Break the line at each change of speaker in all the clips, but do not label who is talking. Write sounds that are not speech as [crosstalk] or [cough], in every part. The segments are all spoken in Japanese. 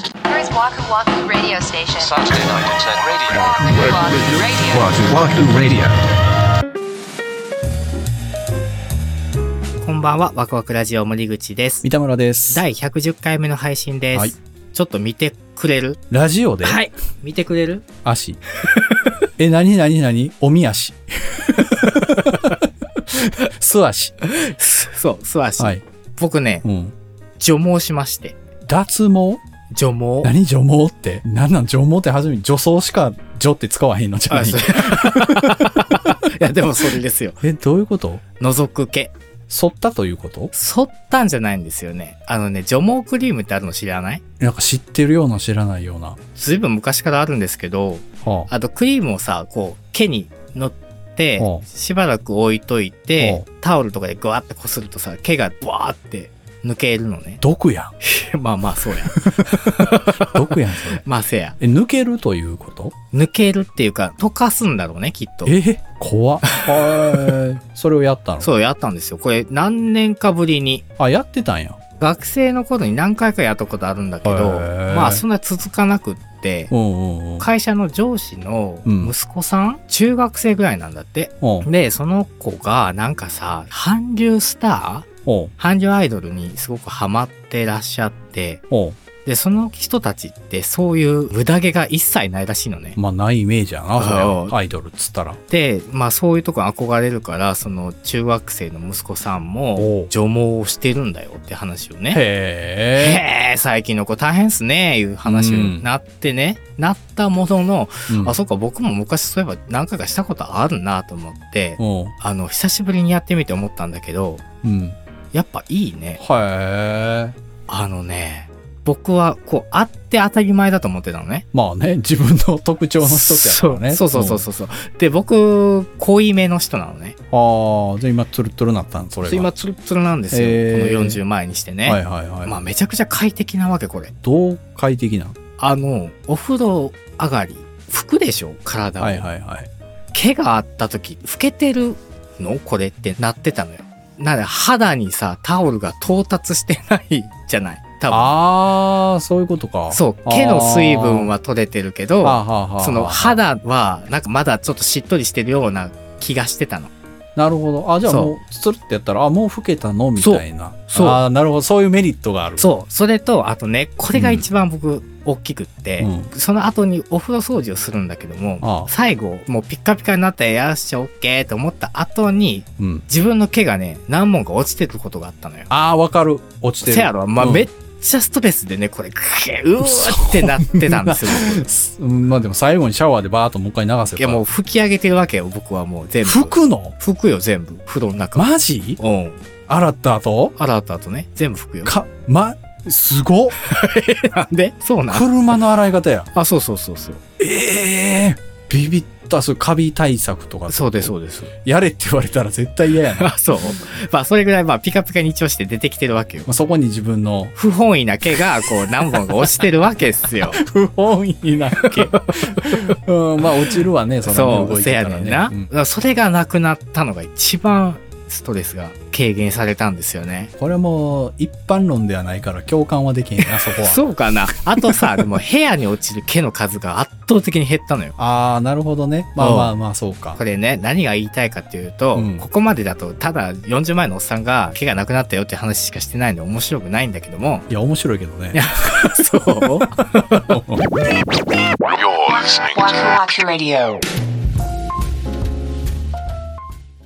Waku Waku Radio Station.
Saturday night at 10 radio.
Waku Waku Radio.
Wahoo Wahoo Radio.
こんばんは、ワクワクラジオ森口です。
三田村です。
第110回目の配信です。
はい
ちょっと見てくれる
ラジオで
はい。見てくれる
足。 [laughs] え、なになになにおみ足。 [laughs] 素足。
[laughs] そう、素足。
はい。
僕ね、
うん。
除毛しまして。
脱毛
除毛。
何除毛って。なんなん除毛って初めに除草しか除って使わへんのじゃな
あ
い
そう [laughs] いや、でもそれですよ。
[laughs] え、どういうこと
覗く毛。
剃ったということ
剃ったんじゃないんですよね。あのね、除毛クリームってあるの知らない
なんか知ってるような知らないような。
ずいぶん昔からあるんですけど、
はあ、
あとクリームをさ、こう、毛に乗って
お、う
しばらく置いといて
お、。
タオルとかでグワってこするとさ、毛がブワーって抜けるのね [laughs]
毒やん。
まあまあ、そうや。
毒やん、それ。
まあせや。
え、抜けるということ
抜けるっていうか、溶かすんだろうね、きっと。
え
[laughs]
怖っ。はい。それをやったの
そうやったんですよ。これ何年かぶりに。
あ、やってたんや。
学生の頃に何回かやったことあるんだけど
へ、ー
まあそんな続かなくって
う、んうんうん。
会社の上司の息子さん、中学生ぐらいなんだって。
おう
で、その子がなんかさ、韓流スター
おう
韓流アイドルにすごくハマってらっしゃって、
おう
で、その人たちってそういう無駄毛が一切ないらしいのね。
まあないイメージやな、それ
ああ
アイドルっつったら。
で、まあそういうとこ憧れるから、その中学生の息子さん
お
も
う
除毛をしてるんだよって話をね。
へえ。
へえ、最近の子大変っすね、いう話になってね、なったものの、
うん
あ、そうか、僕も昔そういえば何回かしたことあるなと思って、
おう
あの、久しぶりにやってみて思ったんだけど、
うん。へ
やっぱいいね。
え。
あのね、僕はこう、あって当たり前だと思ってたのね。
まあね、自分の特徴の一つやからね。
そうそうそうそうそう。で、僕、濃いめの人なのね。
うん。ああ、じゃあ今ツルトルなったんそれが。
今、ツルツルなんですよ。
へー
この40前にしてね。
はいはいはい。
まあ、めちゃくちゃ快適なわけ、これ。
同快的な。
あの、お風呂上がり、拭くでしょ体を、
はいはいはい。
毛があった時、拭けてるのこれってなってたのよ。なので、肌にさ、タオルが到達してないじゃない多分。
ああ、そういうことか。
そう、毛の水分
は、
は取れてるけど、
はあはあはあ
その。肌はなんかまだちょっとしっとりしてるような気がしてたの。
なるほど。あ、じゃあ
そう
もう、ツルってやったら、あ、もう老けたのみたいな。
そうそう
ああ、なるほど。そういうメリットがある。
そう。それと、あとね、これが一番僕大きくって、
うん
その後にお風呂掃除をするんだけども、
ああ
最後、もうピッカピカになったらよっしゃ、オッケーと思った後に、
う。うん。
自分の毛がね、何本か落ちてることがあったのよ。
ああ、わかる。落ちてる。
せやろ、まあ、
うん
めっちゃストレスでね、これ、ぐーうーってなってたんですよ。
[laughs]
僕
うんまあでも最後にシャワーでバーっともう一回流せば。
いや、もう吹き上げてるわけよ、僕はもう全部。
拭くの
拭くよ、全部。風呂の中。
マジ
うん。
洗った後
洗った後ね、全部拭くよ。
か、ま、すごっ
なんでそうなん
車の洗い
[laughs]
方や。
あ、そうそうそうそう。
ええビビった、そう、カビ対策とか。
そうです、
う。
そうです。
やれって言われたら [laughs] 絶対嫌やな。ま
あ、そう。まあ、それぐらい、まあ、ピカピカに一応して出てきてるわけよ。
あそこに自分
[laughs]
の
不本意な毛が、こう、何本か落ちてるわけっすよ。
不本意な
[laughs]
毛。うん、まあ落ちるわ [laughs] ね、そのね
そ
動
う、
い
せ
て
や
た
ね
ら
ん
ね。
な。
うん
だからそれがなくなったのが一番ストレスが軽減されたんですよね。
これはもう一般論ではないから共感はできへんな、そこは。
そうかな。あとさ、でも部屋に落ちる毛の数が圧倒的に減ったのよ。
ああ、なるほどね。まあ
うん
まあまあ、そうか
こ。れね、何が言いたいかっていうと、
うん
ここまでだと、ただ40前のおっさんが毛がなくなったよって話しかしてないんで面白くないんだけど
[laughs]
も、
いや、面白いけどね。
そう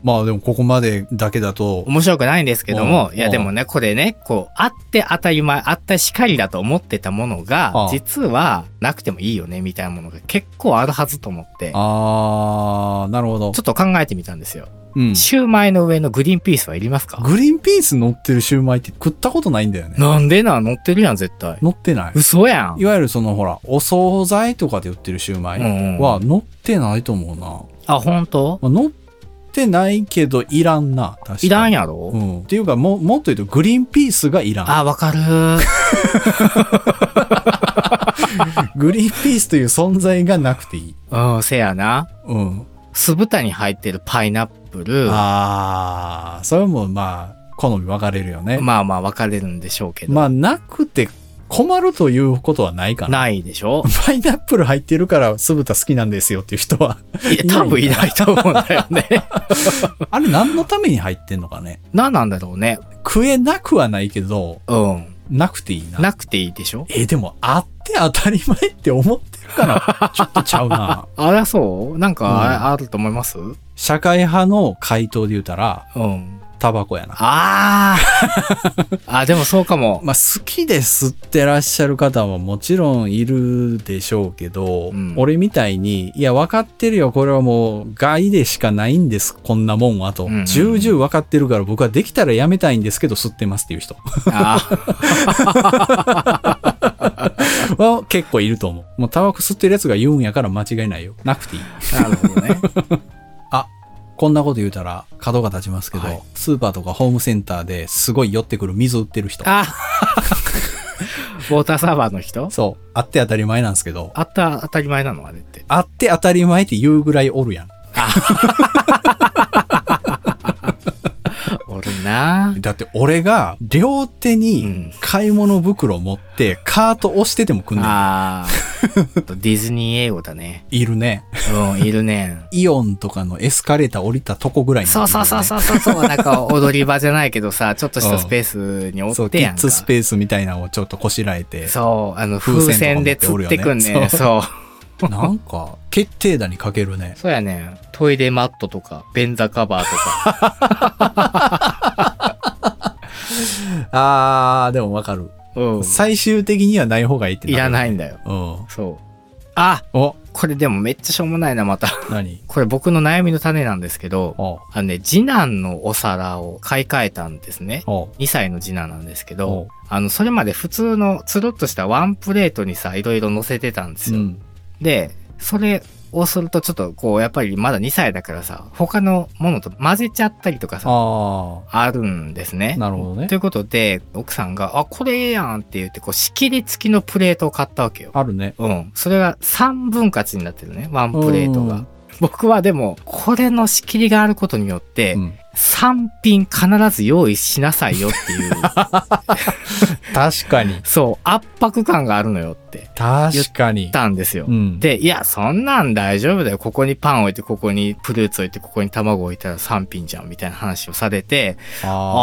まあでもここまでだけだと、
面白くないんですけども、
うん
いやでもね、これね、こう、あって当たり前、あったしかりだと思ってたものが
あ、
実はなくてもいいよね、みたいなものが結構あるはずと思って、ちょ
ああ、なるほど。
っと考えてみたんですよ。
うん
シューマイの上のグリーンピースはいりますか
グリーンピース乗ってるシューマイって食ったことないんだよね。
なんでな、乗ってるやん、絶対。
乗ってない。
嘘やん
い。わゆるそのほら、お惣菜とかで売ってるシューマ
うんう
イ
ん
は乗ってないと思うな。
あ、本当
まあ乗ってないけどいらんな。確かに
いらん
や。
やろ、
うん。っていうかも、もっと言うとグリーンピースがいらん。
あ、わかるー。
グリーンピースという存在がなくていい。
うん、せやな。
うん。
酢豚に入ってるパイナップル。
ああ、それもまあ、好み分かれるよね。
まあまあ分かれるんでしょうけど。
まあ、なくて困るということはないかな。
ないでし [laughs] ょ
パイナップル入ってるから酢豚好きなんですよっていう人は。
いや、多分いないと思うんだよね。
[laughs] あれ何のために入ってんのかね。
何なんだろうね。
食えなくはないけど、
うん。
なくていいな。
なくていいでしょ
えーでもあって当たり前って思ってるから [laughs] ちょっとちゃうな。
あらそうなんかあれ、
うん
あると思いますう
社会派の回答で言うたら、
ん。
タバコやな。
あー [laughs] あ、でもそうかも。
まあ好きで吸ってらっしゃる方はもちろんいるでしょうけど、
うん
俺みたいに、いや分かってるよ、これはもう害でしかないんです、こんなもんはと。
うんうん
重々分かってるから僕はできたらやめたいんですけど吸ってますっていう人 [laughs]
あー
は結構いると思う。もうタバコ吸ってるやつが言うんやから間違いないよ。なくていい。
なるほどね。
こんなこと言うたら角が立ちますけど、
はい
スーパーとかホームセンターですごい寄ってくる水売ってる人。
あウォーターサーバーの人
そう。あって当たり前なんですけど、
あった、当たり前なのあれって。
あって当たり前って言うぐらいおるやん。
おるな
だって俺が両手
う
に
ん
買い物袋持ってカート押してても来んねん。
あーディズニー英語だね。
いるね。
うん、いる
[laughs]
ね。
イオンとかのエスカレーター降りたとこぐらいにいる
そ
よ
う
ね、
そうそうそうそうそう、なんか踊り場じゃないけどさ、ちょっとしたスペースにお
そう
っ
キ
てや
ッ
んか。
ズスペースみたいなのをちょっとこしらえて。
そう、あの風船で釣ってくん
風船とか持っておる
ね
よね。
そう。
なんか、決定打にかけ
[laughs]
るね。
そうやね。トイレマットとか、便座カバーとか。
[laughs] あー、でもわかる。
うん。
最終的にはない方がいいって。
いらないいんだよ。
うん。
そう。あ
お、
これでもめっちゃしょうもないな、また。 [laughs]
何
これ僕の悩みの種なんですけど、
お
あのね、次男のお皿を買い替えたんですね。
お
2歳の次男なんですけ
お
ど、あの、それまで普通のつるっとしたワンプレートにさ、いろいろ乗せてたんです
う
よ。
ん。
で、それをするとちょっとこう、やっぱりまだ2歳だからさ、他のものと混ぜちゃったりとかさ、
あ
あるんですね
ー、。なるほどね
とい。うことで、奥さんが、あ、これええやんって言って、こう、仕切り付きのプレートを買ったわけよ。
あるね。
うん。それが3分割になってるね、ワンプレート
う
が
ん。
僕はでも、これの仕切りがあることによって
う、ん。
3品必ず用意しなさいよって
[laughs]
いう、
確かに。
そう、圧迫感があるのよって言っ
確かに。
たんですよ
う。ん。
で、いや、そんなん大丈夫だよ。ここにパン置いて、ここにフルーツ置いて、ここに卵置いたら3品じゃん、みたいな話をされて、ああ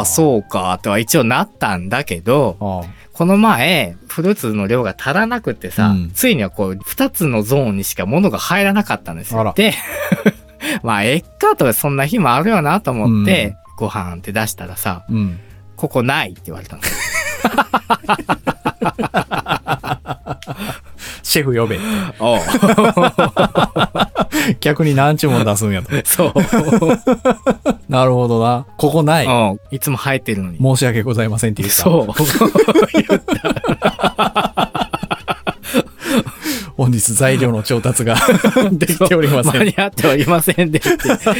ー、
う。
そうか、っては一応なったんだけど、
あー
この前、フルーツの量が足らなくてさ、
うん
ついにはこう、2つのゾーンにしか物が入らなかったんです
あ
よ
ら。
で、 [laughs] まあ、えっかと、そんな日もあるよなと思って、
うん
ご飯って出したらさ、
うん。
ここないって言われたんですよ。
シェフ呼べ。 [laughs]
おう
逆に何注文出すん
[laughs]
やと。
[laughs] そう。
なるほどな。ここない。
うんいつも生えてるのに。
申し訳ございませんって言った。
そう。
本日材料の調達が [laughs] できておりませ
間
ん
に。合っておりませんでって言って。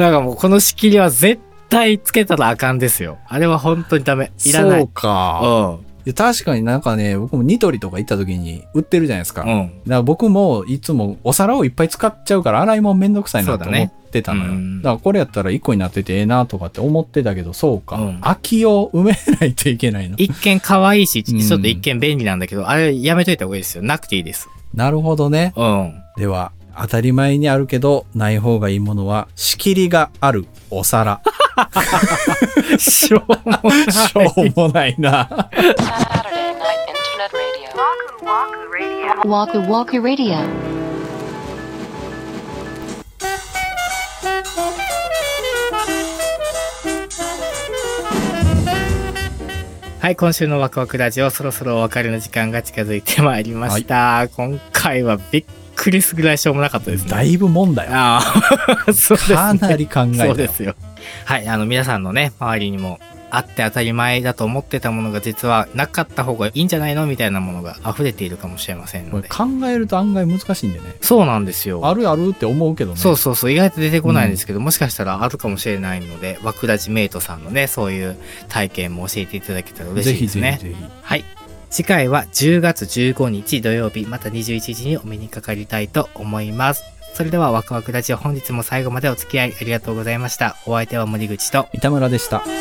なんかもうこの仕切りは絶対つけたらあかんですよ。あれは本当にダメ。いらない。
そうか。
うん。
いや確かになんかね、僕もニトリとか行った時に売ってるじゃないですか。
う
だか
ん。
ら僕もいつもお皿をいっぱい使っちゃうから洗い物めんどくさい
そ
な
う
と
だ
思
ね
ってたのよ。だ
うん
からこれやったら1個になっててええなとかって思ってたけど、そうか。
うん
空きを埋めないといけないの。
一見可愛いし、
うん
ちょっと一見便利なんだけど、あれやめといた方がいいですよ。なくていいです。
なるほどね。
うん。
では、当たり前にあるけど、ない方がいいものは、仕切りがあるお皿。
しょうも
しょうもないな。
Saturday Night Internet Radio.
Waku Waku Radio.
はい、今週のワクワクラジオ、そろそろお別れの時間が近づいてまいりました。今回はびっくりするぐらいしょうもなかったですね。
だいぶ問題。
ああ、 [laughs] そうですね。
かなり考えた
そ
よ
うですよ。はい、あの皆さんのね、周りにも、あって当たり前だと思ってたものが実はなかった方がいいんじゃないのみたいなものが溢れているかもしれません
こ
の
れ
で。
考えると案外難しいんでね。
そうなんですよ。
あるあるって思うけどね。
そうそうそう、意外と出てこないんですけど、もしかしたらあるかもしれないので、枠立ちメイトさんのね、そういう体験も教えていただけたら嬉
ぜ
しいで
ひ
す
ぜ
ね。
ひぜひ。
はい。次回は10月15日土曜日、また21時にお目にかかりたいと思います。それではワクワクラジオ本日も最後までお付き合いありがとうございました。お相手は森口と
板村でした。
「